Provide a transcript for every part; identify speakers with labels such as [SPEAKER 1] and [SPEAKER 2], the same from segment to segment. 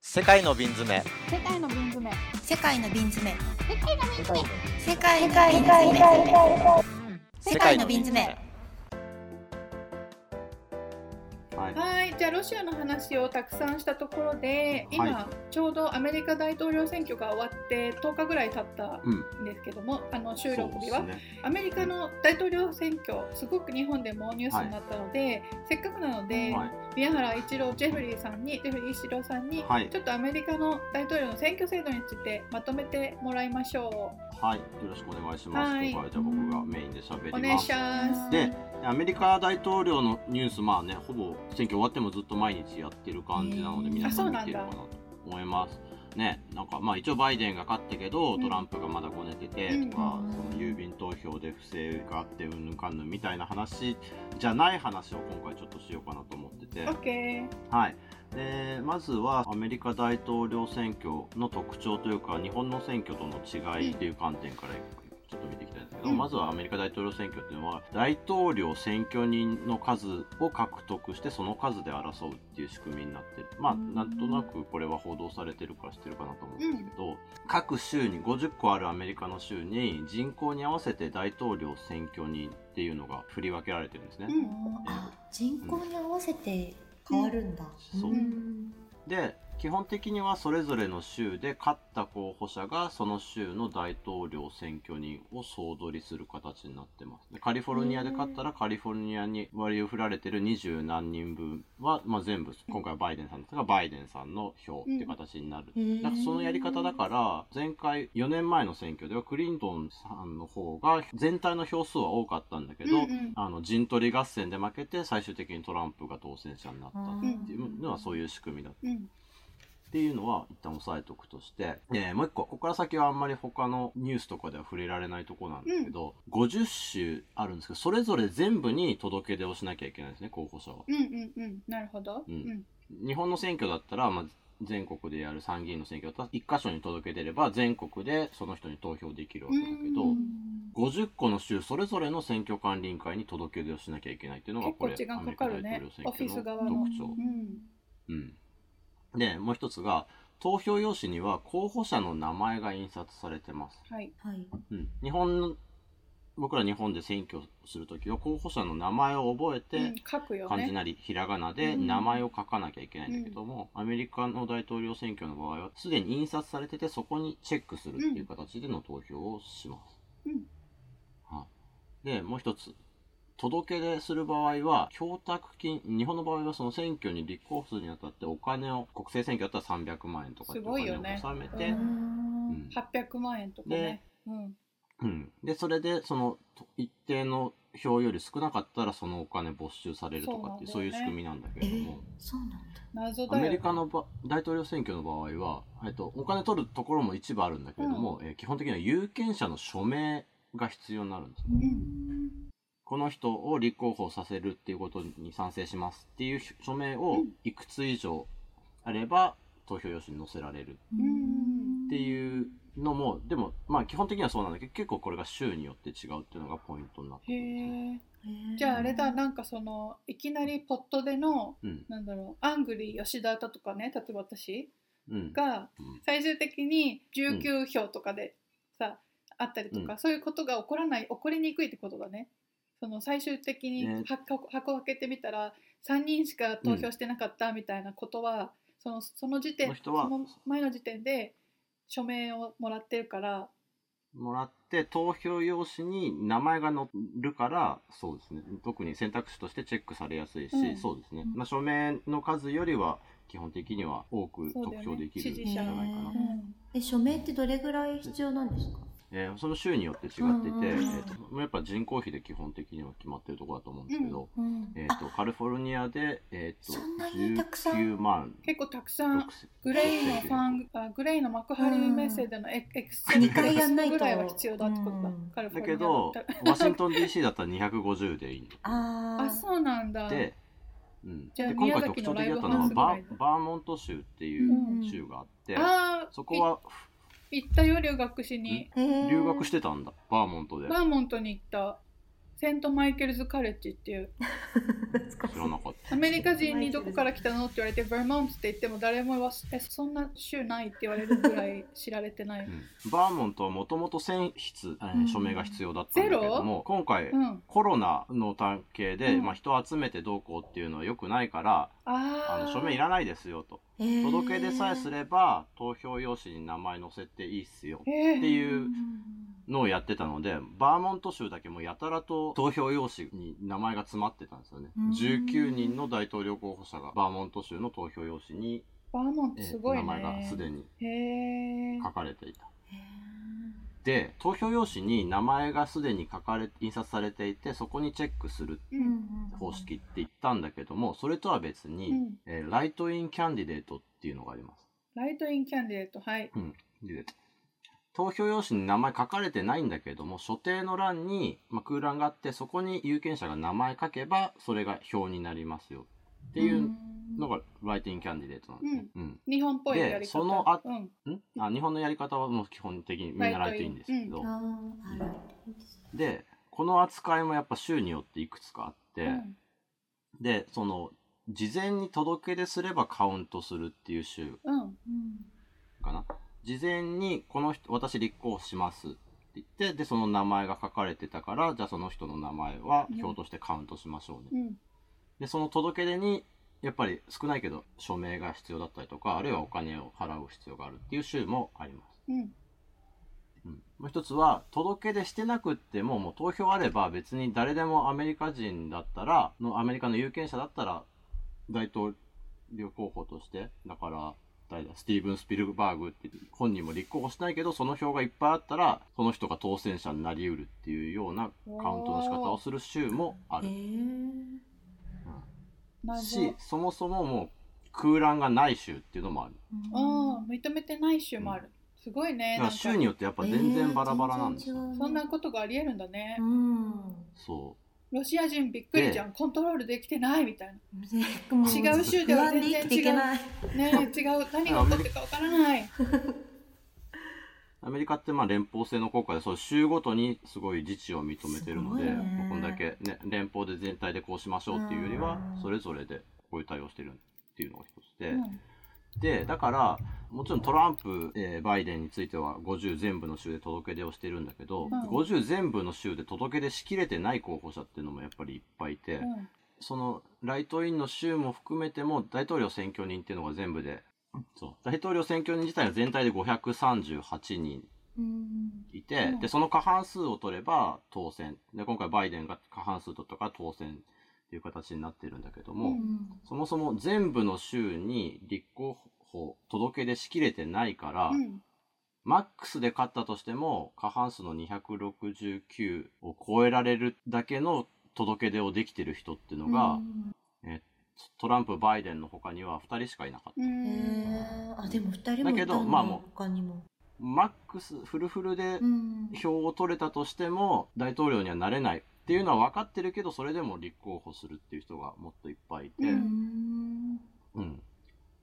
[SPEAKER 1] 世界の瓶詰め
[SPEAKER 2] 世界の瓶詰め
[SPEAKER 3] 世界の瓶詰め
[SPEAKER 2] 世界の瓶詰め
[SPEAKER 3] 世界の瓶詰め世界の瓶詰め
[SPEAKER 1] はい
[SPEAKER 4] はい、じゃあロシアの話をたくさんしたところで、今、
[SPEAKER 1] は
[SPEAKER 4] ちょうどアメリカ大統領選挙が終わって10日ぐらい経った
[SPEAKER 1] うん
[SPEAKER 4] んですけども、あの
[SPEAKER 1] そう
[SPEAKER 4] 収録
[SPEAKER 1] で
[SPEAKER 4] 日
[SPEAKER 1] す
[SPEAKER 4] は、
[SPEAKER 1] ね
[SPEAKER 4] アメリカの大統領選挙、すごく日本でもニュースになったので、せっかくなので、
[SPEAKER 1] はい
[SPEAKER 4] 宮原一郎、ジェフリーさんに、ジェフリー一郎さんに、
[SPEAKER 1] はい
[SPEAKER 4] ちょっとアメリカの大統領の選挙制度についてまとめてもらいましょ
[SPEAKER 1] はいよろしくお願いします、
[SPEAKER 4] はい
[SPEAKER 1] 今回はじゃあ僕がメインで喋
[SPEAKER 4] う。お
[SPEAKER 1] り
[SPEAKER 4] 願い
[SPEAKER 1] ます
[SPEAKER 4] します。
[SPEAKER 1] でアメリカ大統領のニュースまあねほぼ選挙終わってもずっと毎日やってる感じなので
[SPEAKER 3] うん
[SPEAKER 1] 皆さん
[SPEAKER 4] あそう
[SPEAKER 1] 見
[SPEAKER 4] なんだ
[SPEAKER 1] てるかなと思いますねなんかまあ一応バイデンが勝ったけど、
[SPEAKER 4] うん
[SPEAKER 1] トランプがまだこねてて
[SPEAKER 4] うん
[SPEAKER 1] とか、
[SPEAKER 3] うん
[SPEAKER 1] その郵便投票で不正があってうんぬんかんぬんみたいな話じゃない話を今回ちょっとしようかなと思ってて
[SPEAKER 4] オッケ
[SPEAKER 1] はい、でまずはアメリカ大統領選挙の特徴というか日本の選挙との違いっていう観点からちょっと見ていきたいんですけど、
[SPEAKER 4] うん
[SPEAKER 1] まずはアメリカ大統領選挙っていうのは大統領選挙人の数を獲得してその数で争うっていう仕組みになってるまあ
[SPEAKER 3] うん
[SPEAKER 1] なんとなくこれは報道されてるから知ってるかなと思うんですけど、各州に50個あるアメリカの州に人口に合わせて大統領選挙人っていうのが振り分けられてるんですね。
[SPEAKER 4] ー。うん
[SPEAKER 3] あ人口に合わせて変わるんだ
[SPEAKER 1] うんそうんで基本的にはそれぞれの州で勝った候補者がその州の大統領選挙人を総取りする形になってますでカリフォルニアで勝ったらカリフォルニアに割り振られてる20何人分は、まあ、全部今回はバイデンさんですがバイデンさんの票って形になる、
[SPEAKER 3] うん
[SPEAKER 1] だからそのやり方だから前回4年前の選挙ではクリントンさんの方が全体の票数は多かったんだけど、
[SPEAKER 4] うんうん
[SPEAKER 1] あの陣取り合戦で負けて最終的にトランプが当選者になった
[SPEAKER 3] うん
[SPEAKER 1] っていうのはそういう仕組みだ
[SPEAKER 4] うん
[SPEAKER 1] っていうのは一旦押さえておくとして、えーもう一個ここから先はあんまり他のニュースとかでは触れられないとこなんですけど、50州あるんですけどそれぞれ全部に届け出をしなきゃいけないですね候補者は。
[SPEAKER 4] うんうんうんなるほど。
[SPEAKER 1] うん日本の選挙だったら、まあ、全国でやる参議院の選挙だったら1箇所に届け出れば全国でその人に投票できるわけだけど。
[SPEAKER 4] うん
[SPEAKER 1] 50個の州それぞれの選挙管理委員会に届け出をしなきゃいけないっていうのがこれ
[SPEAKER 4] 結構時間かかるね
[SPEAKER 1] アメリカ大統領選挙
[SPEAKER 4] オフィス側の
[SPEAKER 1] の特徴
[SPEAKER 4] う。ん
[SPEAKER 1] うん、でもう一つが投票用紙には候補者の名前が印刷されてます、
[SPEAKER 4] はい。
[SPEAKER 3] はい
[SPEAKER 1] うん、日本の僕ら日本で選挙するときは候補者の名前を覚えて、
[SPEAKER 4] うん、書くよ
[SPEAKER 1] 漢字
[SPEAKER 4] ね。
[SPEAKER 1] なりひらがなで
[SPEAKER 4] うん
[SPEAKER 1] 名前を書かなきゃいけないんだけども、アメリカの大統領選挙の場合はすでに印刷されててそこにチェックするっていう形での投票をします、
[SPEAKER 4] うん
[SPEAKER 1] はいでもう一つ届け出する場合は供託金日本の場合はその選挙に立候補するにあたってお金を国政選挙だったら300万円とかって
[SPEAKER 4] すごいよね
[SPEAKER 1] お金を納め
[SPEAKER 4] う
[SPEAKER 1] て、
[SPEAKER 3] ん
[SPEAKER 1] うん
[SPEAKER 4] 八百万円とかね。うん。
[SPEAKER 1] うん、でそれでそのと一定の票より少なかったらそのお金没収されるとかっていう
[SPEAKER 4] そ
[SPEAKER 1] そうう,、
[SPEAKER 4] なん
[SPEAKER 1] いう
[SPEAKER 4] だよね
[SPEAKER 1] 仕組みなんだけ
[SPEAKER 3] え
[SPEAKER 1] れども。
[SPEAKER 3] そうなんだ
[SPEAKER 4] 謎だ
[SPEAKER 1] ア
[SPEAKER 4] よ。
[SPEAKER 1] メリカのば大統領選挙の場合は、えっと、お金取るところも一部あるんだけれども、えー基本的には有権者の署名が必要になるんですね
[SPEAKER 3] うん
[SPEAKER 1] この人を立候補させるっていうことに賛成しますっていう署名
[SPEAKER 4] う
[SPEAKER 1] を
[SPEAKER 4] ん
[SPEAKER 1] いくつ以上あれば投票用紙に載せられる
[SPEAKER 4] ん
[SPEAKER 1] っていうのもでもまあ基本的にはそうなんだけど結構これが州によって違うっていうのがポイントになってく
[SPEAKER 4] へ
[SPEAKER 1] るんですね。
[SPEAKER 4] え。
[SPEAKER 3] へー
[SPEAKER 4] じゃああれだ、なんかその、いきなりポットでの、
[SPEAKER 1] うん
[SPEAKER 4] なんだろう、アングリー吉田だとかね、例えば私
[SPEAKER 1] うん
[SPEAKER 4] が
[SPEAKER 1] うん
[SPEAKER 4] 最終的に19票とかでさ、あったりとか、そういうことが起こらない、起こりにくいってことだね。その最終的に
[SPEAKER 1] ね
[SPEAKER 4] 箱,、箱を開けてみたら3人しか投票してなかったみたいなことは、そのその時点
[SPEAKER 1] その人は
[SPEAKER 4] の前の時点で署名をもらってるから
[SPEAKER 1] もらって投票用紙に名前が載るからそうですね特に選択肢としてチェックされやすいし、
[SPEAKER 4] うん
[SPEAKER 1] そうですね、
[SPEAKER 3] うん
[SPEAKER 1] まあ、署名の数よりは基本的には多く
[SPEAKER 4] そうだ
[SPEAKER 1] 得
[SPEAKER 4] よね
[SPEAKER 1] 票できるん
[SPEAKER 4] 支
[SPEAKER 1] じ
[SPEAKER 4] 持者
[SPEAKER 1] ゃないかな、
[SPEAKER 3] うんえ署名ってどれぐらい必要なんですか
[SPEAKER 1] えーその州によって違ってて、
[SPEAKER 3] うん
[SPEAKER 1] えーとまあやっぱ人口比で基本的には決まってるところだと思うんですけど、
[SPEAKER 3] うん
[SPEAKER 1] えー、とカリフォルニアで、えー、と
[SPEAKER 3] そんなにたくさん
[SPEAKER 1] 19万
[SPEAKER 4] 結構たくさん
[SPEAKER 1] 6千
[SPEAKER 4] グレイのファン、あグレイの幕張メッセでのエエクスセル
[SPEAKER 1] 二回
[SPEAKER 3] やんないと
[SPEAKER 4] ぐらいは必要だってことだ。
[SPEAKER 3] うん
[SPEAKER 4] カリフォ
[SPEAKER 1] だ
[SPEAKER 4] ルニ
[SPEAKER 1] け
[SPEAKER 4] ア
[SPEAKER 1] ど
[SPEAKER 4] だったら
[SPEAKER 1] ワシントン DC だったら250でいいんだ
[SPEAKER 3] あー
[SPEAKER 4] あ、そうなんだ。
[SPEAKER 1] で,、うん、
[SPEAKER 4] じゃあ
[SPEAKER 1] で今回
[SPEAKER 4] 宮
[SPEAKER 1] 特
[SPEAKER 4] 崎
[SPEAKER 1] 徴
[SPEAKER 4] の
[SPEAKER 1] 的
[SPEAKER 4] ライ
[SPEAKER 1] だ
[SPEAKER 4] ブ
[SPEAKER 1] ったのは
[SPEAKER 4] ハウスぐら
[SPEAKER 1] バ
[SPEAKER 4] いだ
[SPEAKER 1] バーモント州っていう
[SPEAKER 3] うん
[SPEAKER 1] 州があって、
[SPEAKER 4] ああ、
[SPEAKER 1] そこは
[SPEAKER 4] 行ったよ留学しに、
[SPEAKER 3] へー
[SPEAKER 1] 留学してたんだバーモントで
[SPEAKER 4] バーモントに行った。セントマイケルズ・カレッジっていう
[SPEAKER 3] 懐かし
[SPEAKER 1] 知
[SPEAKER 3] い
[SPEAKER 1] らなかった。
[SPEAKER 4] アメリカ人にどこから来たのって言われてバーモントって言っても誰もはえそんな州ないって言われるぐらい知られてな い
[SPEAKER 1] うんバーモントはもともと選出、えー
[SPEAKER 4] うん
[SPEAKER 1] 署名が必要だったんだけども今回、
[SPEAKER 4] うん、
[SPEAKER 1] コロナの関係で、
[SPEAKER 4] うん
[SPEAKER 1] まあ、人を集めてどうこうっていうのは良くないからあ
[SPEAKER 4] あ
[SPEAKER 1] の
[SPEAKER 4] あ
[SPEAKER 1] 署名いらないですよと
[SPEAKER 3] えー
[SPEAKER 1] 届け出さえすれば投票用紙に名前載せていいっすよ
[SPEAKER 4] え
[SPEAKER 1] って
[SPEAKER 4] ー、
[SPEAKER 1] いうのをやってたのでバーモント州だけもやたらと投票用紙に名前が詰まってたんですよね
[SPEAKER 3] うん
[SPEAKER 1] 19人の大統領候補者がバーモント州の投票用紙に、
[SPEAKER 4] バーモント
[SPEAKER 1] え
[SPEAKER 4] すごいね。
[SPEAKER 1] 名前がすでに
[SPEAKER 4] へえ
[SPEAKER 1] 書かれていた
[SPEAKER 3] えー
[SPEAKER 1] で投票用紙に名前がすでに書かれ印刷されていてそこにチェックする
[SPEAKER 4] う
[SPEAKER 3] うん
[SPEAKER 4] ん
[SPEAKER 3] うん
[SPEAKER 1] 方式って言ったんだけどもそれとは別に、
[SPEAKER 4] うん、
[SPEAKER 1] えーライトインキャンディデートっていうのがあります
[SPEAKER 4] ライトインキャンディデートはい。
[SPEAKER 1] で投票用紙に名前書かれてないんだけども所定の欄に、まあ、空欄があってそこに有権者が名前書けばそれが表になりますよっていうのがライトインキャンディデートなんですね、うん
[SPEAKER 4] 日本っぽいやり方。
[SPEAKER 1] でそのあ
[SPEAKER 4] うん、
[SPEAKER 1] んあ日本のやり方はもう基本的にみんなライトインですけど、
[SPEAKER 3] あーあるある
[SPEAKER 1] でこの扱いもやっぱ州によっていくつかあって、
[SPEAKER 4] うん
[SPEAKER 1] でその事前に届け出すればカウントするっていう州
[SPEAKER 4] うん
[SPEAKER 1] かな事前にこの人私立候補しますって言ってでその名前が書かれてたからじゃあその人の名前は票としてカウントしましょうね、
[SPEAKER 4] うん
[SPEAKER 1] でその届け出にやっぱり少ないけど署名が必要だったりとかあるいはお金を払う必要があるっていう州もあります
[SPEAKER 4] うん
[SPEAKER 1] うんもう一つは届け出してなくってももう投票あれば別に誰でもアメリカ人だったらのアメリカの有権者だったら大統領候補としてだから誰だスティーブン・スピルバーグって本人も立候補しないけどその票がいっぱいあったらその人が当選者になりうるっていうようなカウントの仕方をする州もあ
[SPEAKER 3] え
[SPEAKER 1] る
[SPEAKER 3] ー
[SPEAKER 4] 謎
[SPEAKER 1] しそもそももう空欄がない州っていうのもある
[SPEAKER 4] あー認めてない州もある。すごい
[SPEAKER 1] だ
[SPEAKER 4] ね。
[SPEAKER 1] か
[SPEAKER 4] な
[SPEAKER 1] ら
[SPEAKER 4] んか
[SPEAKER 1] 州によってやっぱ全然バラバラなんですよ、
[SPEAKER 3] えー全然違う
[SPEAKER 4] そんなことがありえるんだね。
[SPEAKER 3] うん
[SPEAKER 1] そう
[SPEAKER 4] ロシア人びっくりじゃん。コントロールできてないみたい
[SPEAKER 3] 違
[SPEAKER 4] 違う州では全然違う
[SPEAKER 3] 生きていけない
[SPEAKER 4] な。ねえ違う何が起こってるかわからない。
[SPEAKER 1] アメリカってまあ連邦制の国家でそう州ごとにすごい自治を認めてるので、
[SPEAKER 3] すごいね
[SPEAKER 1] まあこんだけ、ね、連邦で全体でこうしましょうっていうよりは
[SPEAKER 3] うん
[SPEAKER 1] それぞれでこういう対応してるっていうのが一つで、
[SPEAKER 4] うん
[SPEAKER 1] でだからもちろんトランプ、えーバイデンについては50全部の州で届け出をしてるんだけど、
[SPEAKER 4] うん
[SPEAKER 1] 50全部の州で届け出しきれてない候補者っていうのもやっぱりいっぱいいて、
[SPEAKER 4] うん
[SPEAKER 1] そのライトインの州も含めても大統領選挙人っていうのが全部でそう大統領選挙人自体は全体で538人
[SPEAKER 3] うん
[SPEAKER 1] いて、
[SPEAKER 4] うん
[SPEAKER 1] でその過半数を取れば当選で今回バイデンが過半数取ったから当選っていう形になってるんだけども、
[SPEAKER 4] うん
[SPEAKER 1] そもそも全部の州に立候補届け出しきれてないから、
[SPEAKER 4] うん
[SPEAKER 1] マックスで勝ったとしても過半数の269を超えられるだけの届け出をできてる人っていうのが、
[SPEAKER 3] うん
[SPEAKER 1] トランプバイデンの他には2人しかいなかった。
[SPEAKER 4] うん
[SPEAKER 3] えーあでも二人もいたんだ
[SPEAKER 1] だけどまあもう
[SPEAKER 3] 他にも
[SPEAKER 1] マックスフルフルで
[SPEAKER 3] うん
[SPEAKER 1] 票を取れたとしても大統領にはなれないっていうのは分かってるけどそれでも立候補するっていう人がもっといっぱいいて、
[SPEAKER 4] う
[SPEAKER 3] うんん
[SPEAKER 1] うん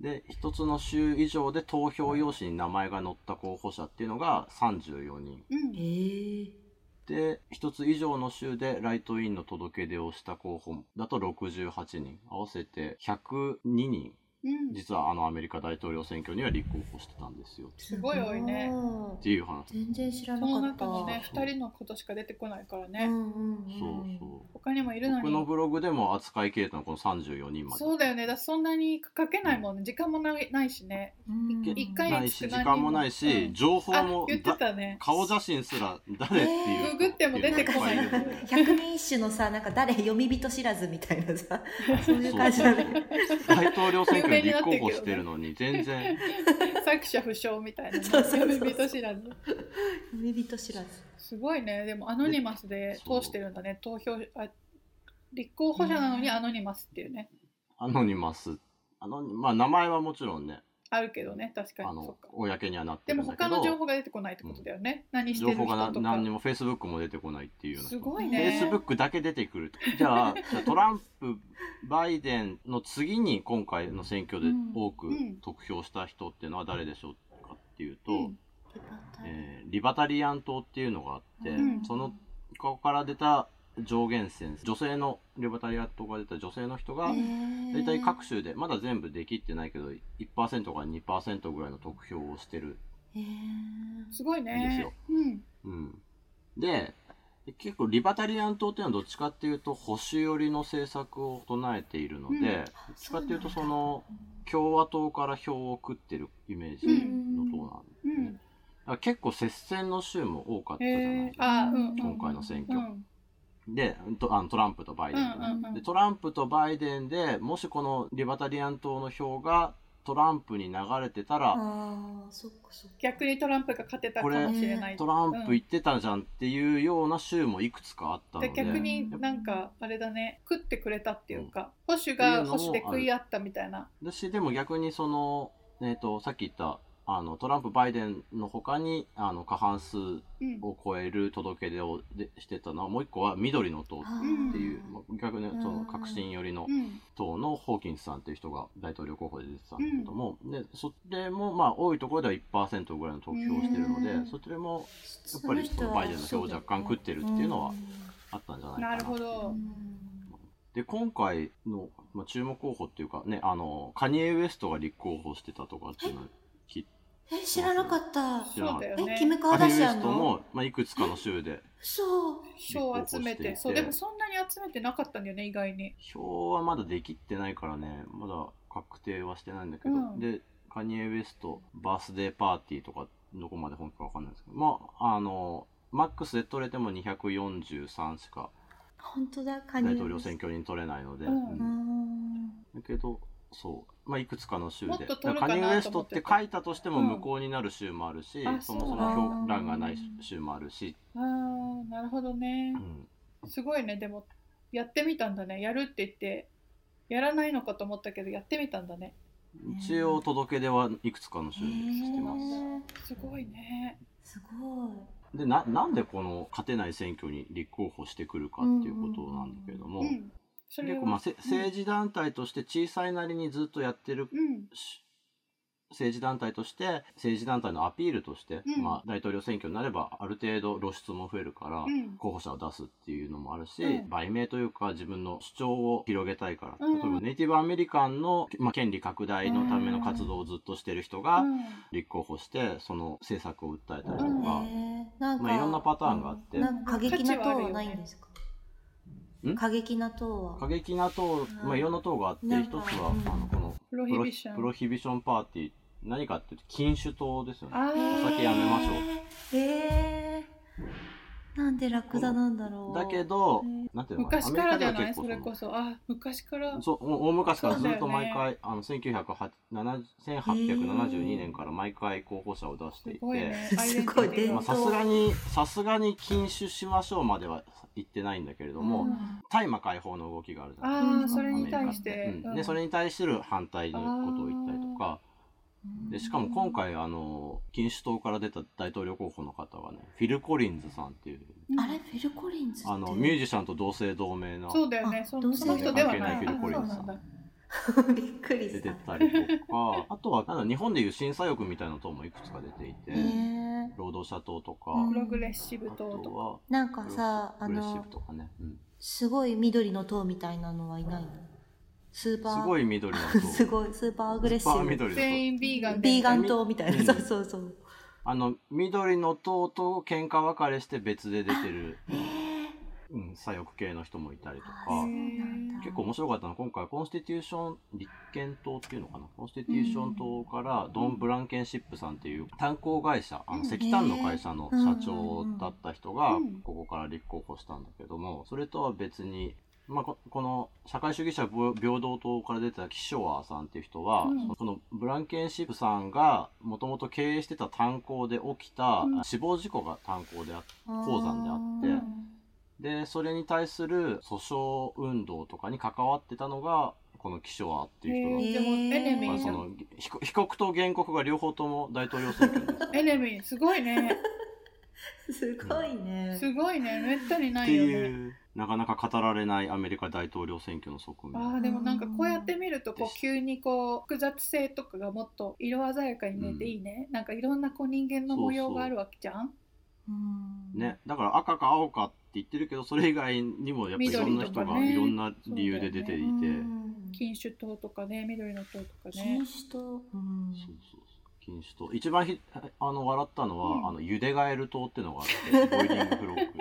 [SPEAKER 1] で一つの州以上で投票用紙に名前が載った候補者っていうのが34人
[SPEAKER 4] うん
[SPEAKER 3] えー
[SPEAKER 1] で一つ以上の州でライトインの届け出をした候補だと68人合わせて102人
[SPEAKER 4] うん
[SPEAKER 1] 実はあのアメリカ大統領選挙には立候補してたんですよ
[SPEAKER 3] す
[SPEAKER 4] ごい多いね
[SPEAKER 1] っていう話。
[SPEAKER 3] 全然知ら
[SPEAKER 4] そ
[SPEAKER 3] なか
[SPEAKER 4] の
[SPEAKER 3] った
[SPEAKER 4] 中のね2人のことしか出てこないから
[SPEAKER 3] う
[SPEAKER 4] ね。
[SPEAKER 3] んうんうん
[SPEAKER 1] そうそう
[SPEAKER 4] 他にもいるの
[SPEAKER 1] 僕の
[SPEAKER 4] に。
[SPEAKER 1] ブログでも扱い切れたのこの34人まで
[SPEAKER 4] そうだよね。だってそんなに書けないもんね。時間もないないしね。
[SPEAKER 3] うん
[SPEAKER 4] 一回
[SPEAKER 1] ないし時間もないし、
[SPEAKER 4] うん
[SPEAKER 1] 情報
[SPEAKER 4] あ
[SPEAKER 1] も
[SPEAKER 4] 言って
[SPEAKER 1] だ
[SPEAKER 4] たね。
[SPEAKER 1] 顔写真すら誰っていう、
[SPEAKER 3] えー
[SPEAKER 4] ググっても出てこない
[SPEAKER 1] っぱいいるので
[SPEAKER 3] 百人一首のさなんか誰読み人知らずみたいなさ そういう 感じだね
[SPEAKER 1] 大統領選挙に立候補してるのに全然
[SPEAKER 4] 作者不詳みたいなね。
[SPEAKER 3] そうそうそう
[SPEAKER 4] 呼び人知らず。
[SPEAKER 3] 読み人知らず
[SPEAKER 4] すごいね。でもアノニマスで通してるんだね。投票あ立候補者なのにアノニマスっていうね。
[SPEAKER 1] アノニマスあのまあ名前はもちろんね
[SPEAKER 4] あるけどね。確か
[SPEAKER 1] あ
[SPEAKER 4] に。そ
[SPEAKER 1] の
[SPEAKER 4] っか。
[SPEAKER 1] 公にはなって
[SPEAKER 4] で
[SPEAKER 1] る
[SPEAKER 4] も
[SPEAKER 1] んだけ
[SPEAKER 4] 他
[SPEAKER 1] ど
[SPEAKER 4] の情報が出てこないってことだよね。何してる人
[SPEAKER 1] 情報が
[SPEAKER 4] と
[SPEAKER 1] な
[SPEAKER 4] か
[SPEAKER 1] 何に。もフェイスブックも出てこないっていうような
[SPEAKER 4] すごい
[SPEAKER 1] フェイ
[SPEAKER 4] ね
[SPEAKER 1] ス。ブックだけ出てくるじゃあじゃあトランプバイデンの次に今回の選挙で多く
[SPEAKER 4] うん
[SPEAKER 1] 得票した人っていうのは誰でしょうかっていうと、
[SPEAKER 4] うん
[SPEAKER 3] リバタリ
[SPEAKER 1] えーリバタリアン党っていうのがあって、
[SPEAKER 3] うん
[SPEAKER 1] そのここから出た上限選女性のリバタリアットが出た女性の人が
[SPEAKER 4] う、
[SPEAKER 1] 大
[SPEAKER 3] 大
[SPEAKER 1] 体各州でまだ全部できってないけど1%から2%ぐらいの得票をしてる
[SPEAKER 4] すごい
[SPEAKER 1] いいです
[SPEAKER 4] ね
[SPEAKER 1] よ。
[SPEAKER 4] うん。
[SPEAKER 1] うん、で結構リバタリアン党っていうのはどっちかっていうと保守寄りの政策を唱えているので、
[SPEAKER 4] うん
[SPEAKER 1] どっちかっていうとその共和党から票を食ってるイメージ
[SPEAKER 4] う
[SPEAKER 1] の党なんだ,、
[SPEAKER 4] う
[SPEAKER 1] ねだ。
[SPEAKER 4] ん
[SPEAKER 1] から結構接戦の州も多かったじゃない
[SPEAKER 4] え
[SPEAKER 1] です
[SPEAKER 4] ー、
[SPEAKER 1] か、
[SPEAKER 4] あー、うん、うん。
[SPEAKER 1] 今回の選挙
[SPEAKER 4] うん
[SPEAKER 1] でトあのトランプとバイデン、ね
[SPEAKER 4] うんうんうん
[SPEAKER 1] でトランプとバイデンでもしこのリバタリアン党の票がトランプに流れてたら、
[SPEAKER 3] ああそっかそっか
[SPEAKER 4] 逆にトランプが勝てたかもしれない。
[SPEAKER 1] トランプ言ってたじゃんっていうような州もいくつかあったの
[SPEAKER 4] で
[SPEAKER 1] で
[SPEAKER 4] 逆になんかあれだね食ってくれたっていうか、保守が保守で食い合ったみたいな
[SPEAKER 1] だしでも逆にその、えー、とさっき言ったあのトランプ、バイデンの他にあの過半数
[SPEAKER 4] うん
[SPEAKER 1] を超える届け出をでしてたのはもう一個は緑の党っ
[SPEAKER 3] あ
[SPEAKER 4] ん
[SPEAKER 3] ー
[SPEAKER 1] ていう、まあ逆にその
[SPEAKER 3] うん
[SPEAKER 1] 革新寄りの
[SPEAKER 4] うん
[SPEAKER 1] 党のホーキンスさんっていう人が大統領候補で出てたんだけども、でそれもまあ多いところでは1%ぐらいの投票をしてるので、
[SPEAKER 3] うん
[SPEAKER 1] そちらも
[SPEAKER 3] そ
[SPEAKER 1] やっぱり
[SPEAKER 3] 人は
[SPEAKER 1] バイデンの票を若干食ってるっていうのはあったんじゃないかな
[SPEAKER 4] なるほ
[SPEAKER 3] うん
[SPEAKER 4] ど
[SPEAKER 1] で今回の、まあ、注目候補っていうかねあのカニエ・ウエストが立候補してたとかっていうのは聞い
[SPEAKER 3] え知らなかった
[SPEAKER 1] 知ら
[SPEAKER 4] そうだよ
[SPEAKER 3] え
[SPEAKER 4] ね
[SPEAKER 3] キム・カ
[SPEAKER 1] カ
[SPEAKER 3] ー
[SPEAKER 1] ニエ・ウ
[SPEAKER 3] ダ
[SPEAKER 1] エ
[SPEAKER 3] シア
[SPEAKER 1] ス
[SPEAKER 3] ン
[SPEAKER 1] ト
[SPEAKER 3] の
[SPEAKER 1] も、まあ、いくつかの州で
[SPEAKER 3] そう
[SPEAKER 4] 票を集め
[SPEAKER 1] 立
[SPEAKER 4] て
[SPEAKER 1] 候補していて
[SPEAKER 4] そうでもそんなに集めてなかったんだよね意外に
[SPEAKER 1] 票はまだできってないからねまだ確定はしてないんだけど、
[SPEAKER 4] うん
[SPEAKER 1] でカニエ・ウエストバースデーパーティーとかどこまで本気かわかんないですけどまああのマックスで取れても243しか
[SPEAKER 3] 本当だカニエ
[SPEAKER 1] 大統領選挙に取れないので、
[SPEAKER 4] うん
[SPEAKER 1] う
[SPEAKER 3] うんん
[SPEAKER 1] だけどそう、まあ、いくつかの州で
[SPEAKER 4] もっと
[SPEAKER 1] だ
[SPEAKER 4] 取るか
[SPEAKER 1] から
[SPEAKER 4] な
[SPEAKER 1] カニエ・ウエス
[SPEAKER 4] と
[SPEAKER 1] ト
[SPEAKER 4] 思
[SPEAKER 1] っ
[SPEAKER 4] って
[SPEAKER 1] て
[SPEAKER 4] た
[SPEAKER 1] 書いたとしても
[SPEAKER 4] うん
[SPEAKER 1] 無効になる州もあるし、
[SPEAKER 4] あ
[SPEAKER 1] そもそ
[SPEAKER 4] そうなん
[SPEAKER 1] も
[SPEAKER 4] だ
[SPEAKER 1] 票欄がない州もあるし、
[SPEAKER 4] あーなるほどね
[SPEAKER 1] うん
[SPEAKER 4] すごいねでもやってみたんだねやるって言ってやらないのかと思ったけどやってみたんだね
[SPEAKER 1] 一応届け出はいくつかの州でしてます。
[SPEAKER 3] へー
[SPEAKER 4] すごいね
[SPEAKER 3] すごい
[SPEAKER 1] でななんでこの勝てない選挙に立候補してくるかっていうことなんだけども、
[SPEAKER 4] うんそれ
[SPEAKER 1] 結
[SPEAKER 4] は
[SPEAKER 1] 構まあせ政治団体として小さいなりにずっとやってる
[SPEAKER 4] うん
[SPEAKER 1] し政治団体として政治団体のアピールとして、
[SPEAKER 4] うん
[SPEAKER 1] まあ、大統領選挙になればある程度露出も増えるから、
[SPEAKER 4] うん
[SPEAKER 1] 候補者を出すっていうのもあるし、
[SPEAKER 4] うん
[SPEAKER 1] 売名というか自分の主張を広げたいから、
[SPEAKER 4] うん
[SPEAKER 1] 例えばネイティブアメリカンの、まあ、権利拡大のための活動をずっとしてる人が
[SPEAKER 4] うん
[SPEAKER 1] 立候補してその政策を訴えたりとか、
[SPEAKER 4] うん
[SPEAKER 3] へーなんか
[SPEAKER 1] まあいろんなパターンがあって
[SPEAKER 3] なんか過激な
[SPEAKER 4] 価
[SPEAKER 3] 党
[SPEAKER 4] 値はあるよ
[SPEAKER 3] は
[SPEAKER 4] ね
[SPEAKER 3] ないんですか
[SPEAKER 1] ん
[SPEAKER 3] 過激な党
[SPEAKER 1] 過
[SPEAKER 3] は
[SPEAKER 1] 激な党、まあ、いろんな党があって
[SPEAKER 3] な
[SPEAKER 1] 一
[SPEAKER 3] ん
[SPEAKER 1] つ
[SPEAKER 3] か
[SPEAKER 1] は、
[SPEAKER 3] うん
[SPEAKER 1] あのこの
[SPEAKER 4] プロ
[SPEAKER 1] プ
[SPEAKER 4] ヒ
[SPEAKER 1] ロ
[SPEAKER 4] ビション
[SPEAKER 1] プロヒビションパーティー何かっていうと禁酒党ですよね。
[SPEAKER 4] あー
[SPEAKER 1] お酒やめましょう
[SPEAKER 3] うえーなんでラクダなんだろう
[SPEAKER 1] だけど、
[SPEAKER 3] うん
[SPEAKER 1] なんていうのかな
[SPEAKER 4] 昔からじゃ
[SPEAKER 1] アメ
[SPEAKER 4] ない
[SPEAKER 1] リカでは結構
[SPEAKER 4] それこそあ昔から
[SPEAKER 1] そうもう大昔からずっ
[SPEAKER 4] そ
[SPEAKER 1] と
[SPEAKER 4] うだよ
[SPEAKER 1] 毎
[SPEAKER 4] ね
[SPEAKER 1] 回、あの1908 70 1872年から毎回候補者を出し
[SPEAKER 4] す
[SPEAKER 1] ていて、
[SPEAKER 4] ごいね
[SPEAKER 3] すごい
[SPEAKER 4] アイデンティティが
[SPEAKER 1] まあさすがにさすがに禁酒しましょうまでは言ってないんだけれども、
[SPEAKER 4] うん
[SPEAKER 1] 大麻解放の動きがあるじゃない
[SPEAKER 4] あ
[SPEAKER 3] う
[SPEAKER 4] あ
[SPEAKER 3] ん
[SPEAKER 4] それ
[SPEAKER 1] アメ
[SPEAKER 4] に
[SPEAKER 1] リカ
[SPEAKER 4] 対して、
[SPEAKER 1] うん
[SPEAKER 4] うん
[SPEAKER 1] でそれに対する反対のことを言ったりとかでしかも今回あの禁酒党から出た大統領候補の方はねフィル・コリンズさんっていう
[SPEAKER 3] あれフィル・コリンズって
[SPEAKER 1] あのミュージシャンと同姓同名の
[SPEAKER 4] そうだよね
[SPEAKER 3] あ
[SPEAKER 4] そ
[SPEAKER 3] 同
[SPEAKER 4] の
[SPEAKER 3] 性
[SPEAKER 4] その人では
[SPEAKER 1] 関
[SPEAKER 4] な
[SPEAKER 1] 係
[SPEAKER 4] い
[SPEAKER 1] な
[SPEAKER 4] あ
[SPEAKER 1] い
[SPEAKER 4] そう
[SPEAKER 1] フィルコリンズ
[SPEAKER 4] な
[SPEAKER 1] さ
[SPEAKER 4] ん
[SPEAKER 1] ん
[SPEAKER 4] だ
[SPEAKER 3] びっくり
[SPEAKER 1] 出
[SPEAKER 3] してた
[SPEAKER 1] たりとか あとはなんだ日本でいう審査欲みたいな党もいくつか出ていて、
[SPEAKER 3] へー
[SPEAKER 1] 労働者党とか、
[SPEAKER 3] うん
[SPEAKER 4] プログレッシブ
[SPEAKER 1] あ
[SPEAKER 4] 党とか
[SPEAKER 1] と
[SPEAKER 3] なんか
[SPEAKER 1] は
[SPEAKER 3] さあ
[SPEAKER 1] プレッシ
[SPEAKER 3] の
[SPEAKER 1] ブとかね、うん
[SPEAKER 3] すごい緑の党みたいなのはいないのスーパー
[SPEAKER 1] すごい緑の党
[SPEAKER 3] すごいスーパーアグレッシ
[SPEAKER 1] スーパー
[SPEAKER 3] ブ
[SPEAKER 1] 緑の
[SPEAKER 4] 全
[SPEAKER 1] 党
[SPEAKER 4] 員ビーガンで
[SPEAKER 3] ビーガン党みたいな、
[SPEAKER 1] うん
[SPEAKER 3] そうそうそう
[SPEAKER 1] あの緑の党と喧嘩別れして別で出てる、
[SPEAKER 3] えー、
[SPEAKER 1] うん、左翼系の人もいたりと
[SPEAKER 3] あそう
[SPEAKER 1] か
[SPEAKER 3] なんだ
[SPEAKER 1] 結構面白かったのは今回コンスティテューション立憲党っていうのかなコンスティテューション党からドン・ブランケンシップさんっていう炭鉱会社あ
[SPEAKER 4] う
[SPEAKER 1] の
[SPEAKER 4] ん
[SPEAKER 1] 石炭の会社の社長だった人
[SPEAKER 4] う
[SPEAKER 1] が
[SPEAKER 4] んうんうん
[SPEAKER 1] ここから立候補したんだけどもそれとは別に、まあ、ここの社会主義者平平等党から出てたキショワーさんっていう人は、
[SPEAKER 4] うん
[SPEAKER 1] そのこのブランケンシップさんがもともと経営してた炭鉱で起きた、
[SPEAKER 4] うん
[SPEAKER 1] 死亡事故が炭鉱であって。鉱山であってでそれに対する訴訟運動とかに関わってたのがこのキショワっていう人
[SPEAKER 3] へ
[SPEAKER 1] が、
[SPEAKER 4] でもエネ
[SPEAKER 3] ー
[SPEAKER 4] ミ
[SPEAKER 1] まあ、
[SPEAKER 4] ーじ
[SPEAKER 1] そ
[SPEAKER 4] ゃん
[SPEAKER 1] の被告被告と原告が両方とも大統領選挙に出てた
[SPEAKER 4] エネミーすごいね
[SPEAKER 3] すごいね
[SPEAKER 4] すごいねめったに
[SPEAKER 1] っ
[SPEAKER 4] な
[SPEAKER 1] て
[SPEAKER 4] いよね
[SPEAKER 1] いうなかなか語られないアメリカ大統領選挙の側
[SPEAKER 4] あ
[SPEAKER 1] 面
[SPEAKER 4] ーでもなんかこうやって見るとこ
[SPEAKER 1] でし
[SPEAKER 4] う
[SPEAKER 1] た
[SPEAKER 4] 急にこう複雑性とかがもっと色鮮やかに見えていいね、なんかいろんなこう人間の模様があるわけじゃん
[SPEAKER 3] うん
[SPEAKER 1] ねだから赤か青かっ言ってるけどそれ以外にもやっぱりいろんな人が
[SPEAKER 4] 緑とかね
[SPEAKER 1] いろんな理由で出ていて、
[SPEAKER 4] 禁酒党とかね緑の党とかね
[SPEAKER 3] 禁酒と、うん
[SPEAKER 1] そうそうそう禁酒と一番ひあの笑ったのは、
[SPEAKER 4] うん
[SPEAKER 1] あのゆでガエル島っていうのがあ ってボイリングフロッグ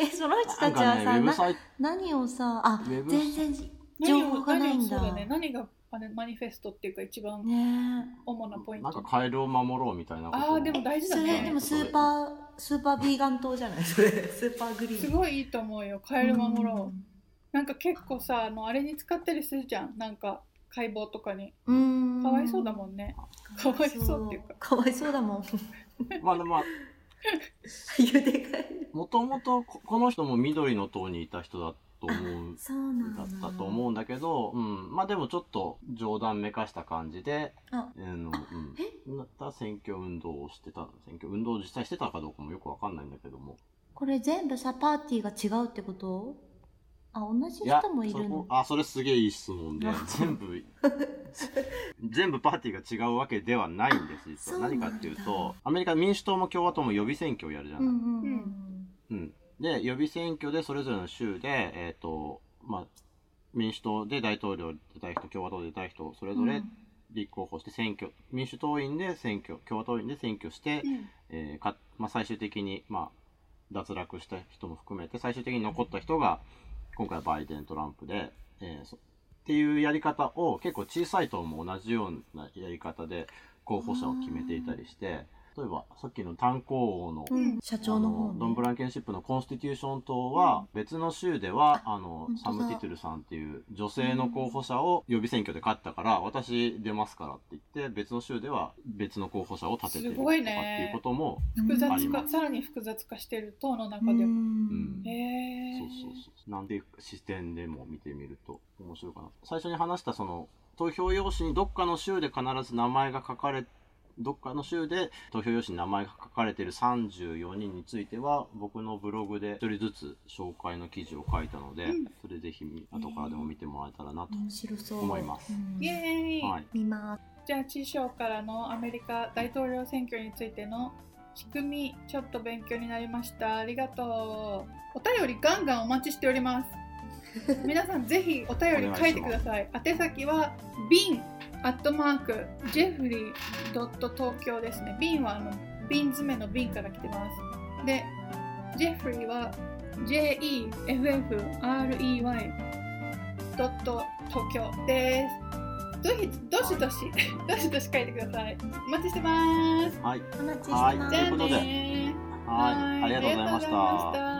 [SPEAKER 3] えその人
[SPEAKER 1] な
[SPEAKER 3] た
[SPEAKER 1] ん
[SPEAKER 3] ちは
[SPEAKER 1] かね
[SPEAKER 3] さ
[SPEAKER 1] ウェブ
[SPEAKER 3] な
[SPEAKER 1] サイト
[SPEAKER 3] 何をさあ
[SPEAKER 1] ウェブ
[SPEAKER 3] 全然情
[SPEAKER 4] 何を
[SPEAKER 3] 報がないんだ
[SPEAKER 4] 何をそうだね何があれマニフェストっていうか一番
[SPEAKER 3] ね
[SPEAKER 4] 主なポイン
[SPEAKER 1] なん
[SPEAKER 4] ト
[SPEAKER 1] かカエルを守ろうみたいなこと
[SPEAKER 4] ああでも大
[SPEAKER 3] え
[SPEAKER 4] 事
[SPEAKER 3] そ
[SPEAKER 4] だ
[SPEAKER 3] れ
[SPEAKER 4] ね
[SPEAKER 3] でもスーパースーパービーガン島じゃないそれスーパーグリーン
[SPEAKER 4] すごいいいと思うよカエル守ろう、なんか結構さあのあれに使ったりするじゃんなんか解剖とかに
[SPEAKER 3] うん
[SPEAKER 4] かわいそうだもんね、かわいそうっていうか
[SPEAKER 3] かわいそうだもん
[SPEAKER 1] まあでもまあ
[SPEAKER 3] ゆでがえる
[SPEAKER 1] もともとここの人も緑の党にいた人だと思う
[SPEAKER 3] そうなん
[SPEAKER 1] だ
[SPEAKER 3] だ
[SPEAKER 1] ったと思うんだけど、うん、まあでもちょっと冗談めかした感じで、
[SPEAKER 3] あ
[SPEAKER 1] えーの
[SPEAKER 3] あ
[SPEAKER 1] うん、なった選挙運動をしてた選挙運動を実際してたかどうかもよくわかんないんだけども
[SPEAKER 3] これ全部さパーティーが違うってことあ同じ
[SPEAKER 1] いや
[SPEAKER 3] 人もい
[SPEAKER 1] そ
[SPEAKER 3] る
[SPEAKER 1] こ
[SPEAKER 3] の
[SPEAKER 1] あそれすげえいい質問で
[SPEAKER 3] あ
[SPEAKER 1] 全部全部パーティーが違うわけではないんです実は
[SPEAKER 3] あそう
[SPEAKER 1] 何
[SPEAKER 3] なんだ
[SPEAKER 1] かっていうとアメリカ民主党も共和党も予備選挙をやるじゃ
[SPEAKER 3] う
[SPEAKER 1] ない、
[SPEAKER 3] んうんう
[SPEAKER 4] うん
[SPEAKER 1] うん、で予備選挙でそれぞれの州で、えーとまあ、民主党で大統領出たい人共和党で出たい人それぞ
[SPEAKER 3] う
[SPEAKER 1] れ
[SPEAKER 3] ん
[SPEAKER 1] 立候補して選挙、民主党員で選挙共和党員で選挙して、
[SPEAKER 4] うん
[SPEAKER 1] えーかまあ、最終的に、まあ、脱落した人も含めて最終的に残った人が今回はバイデントランプで、えーそっていうやり方を結構小さい党も同じようなやり方で候補者を決めていたりして例えばさっきの炭鉱王の
[SPEAKER 4] うん
[SPEAKER 3] 社長
[SPEAKER 1] あ
[SPEAKER 3] の方
[SPEAKER 1] の
[SPEAKER 3] ね
[SPEAKER 1] ドン・ブランケンシップのコンスティテューション党は別の州では、あの
[SPEAKER 3] 本当だ
[SPEAKER 1] サム・ティトゥルさんっていう女性の候補者を予備選挙で勝ったから、私出ますからって言って別の州では別の候補者を立ててる
[SPEAKER 4] す
[SPEAKER 1] と
[SPEAKER 4] ご
[SPEAKER 1] かって
[SPEAKER 4] いね
[SPEAKER 1] いうことも、
[SPEAKER 4] 複
[SPEAKER 1] あり
[SPEAKER 4] 雑
[SPEAKER 1] ま
[SPEAKER 4] 化
[SPEAKER 1] す
[SPEAKER 4] さらに複雑化してる党の中
[SPEAKER 3] う
[SPEAKER 4] でも、
[SPEAKER 3] ん
[SPEAKER 1] うん
[SPEAKER 4] へえ
[SPEAKER 1] そうそうそうなんで視点でも見てみると面白いかな最初に話したその投票用紙にどっかの州で必ず名前が書かれどっかの州で投票用紙に名前が書かれている34人については僕のブログで1人ずつ紹介の記事を書いたので、
[SPEAKER 4] うん
[SPEAKER 1] それぜひみ後からでも見てもらえたらなと、
[SPEAKER 3] 面白そう
[SPEAKER 1] 思います
[SPEAKER 3] うん
[SPEAKER 4] イエーイ、
[SPEAKER 1] はい、
[SPEAKER 3] 見ます
[SPEAKER 4] じゃあ師匠からのアメリカ大統領選挙についての仕組みちょっと勉強になりましたありがとうお便りガンガンお待ちしております皆さんぜひお便り書いてください宛先は bin アットマークジェフリードット東京ですね bin はあの瓶詰めの瓶から来てますでジェフリーは jeffrey ドット東京ですどひどしどしどしどし書いてくださいお待ちしてます
[SPEAKER 1] はい
[SPEAKER 3] お待ちして
[SPEAKER 1] はい
[SPEAKER 3] ます
[SPEAKER 4] じ
[SPEAKER 1] と
[SPEAKER 4] ゃあ
[SPEAKER 1] いうことで
[SPEAKER 4] ね
[SPEAKER 1] はいありがとうございました
[SPEAKER 4] ありがとうございました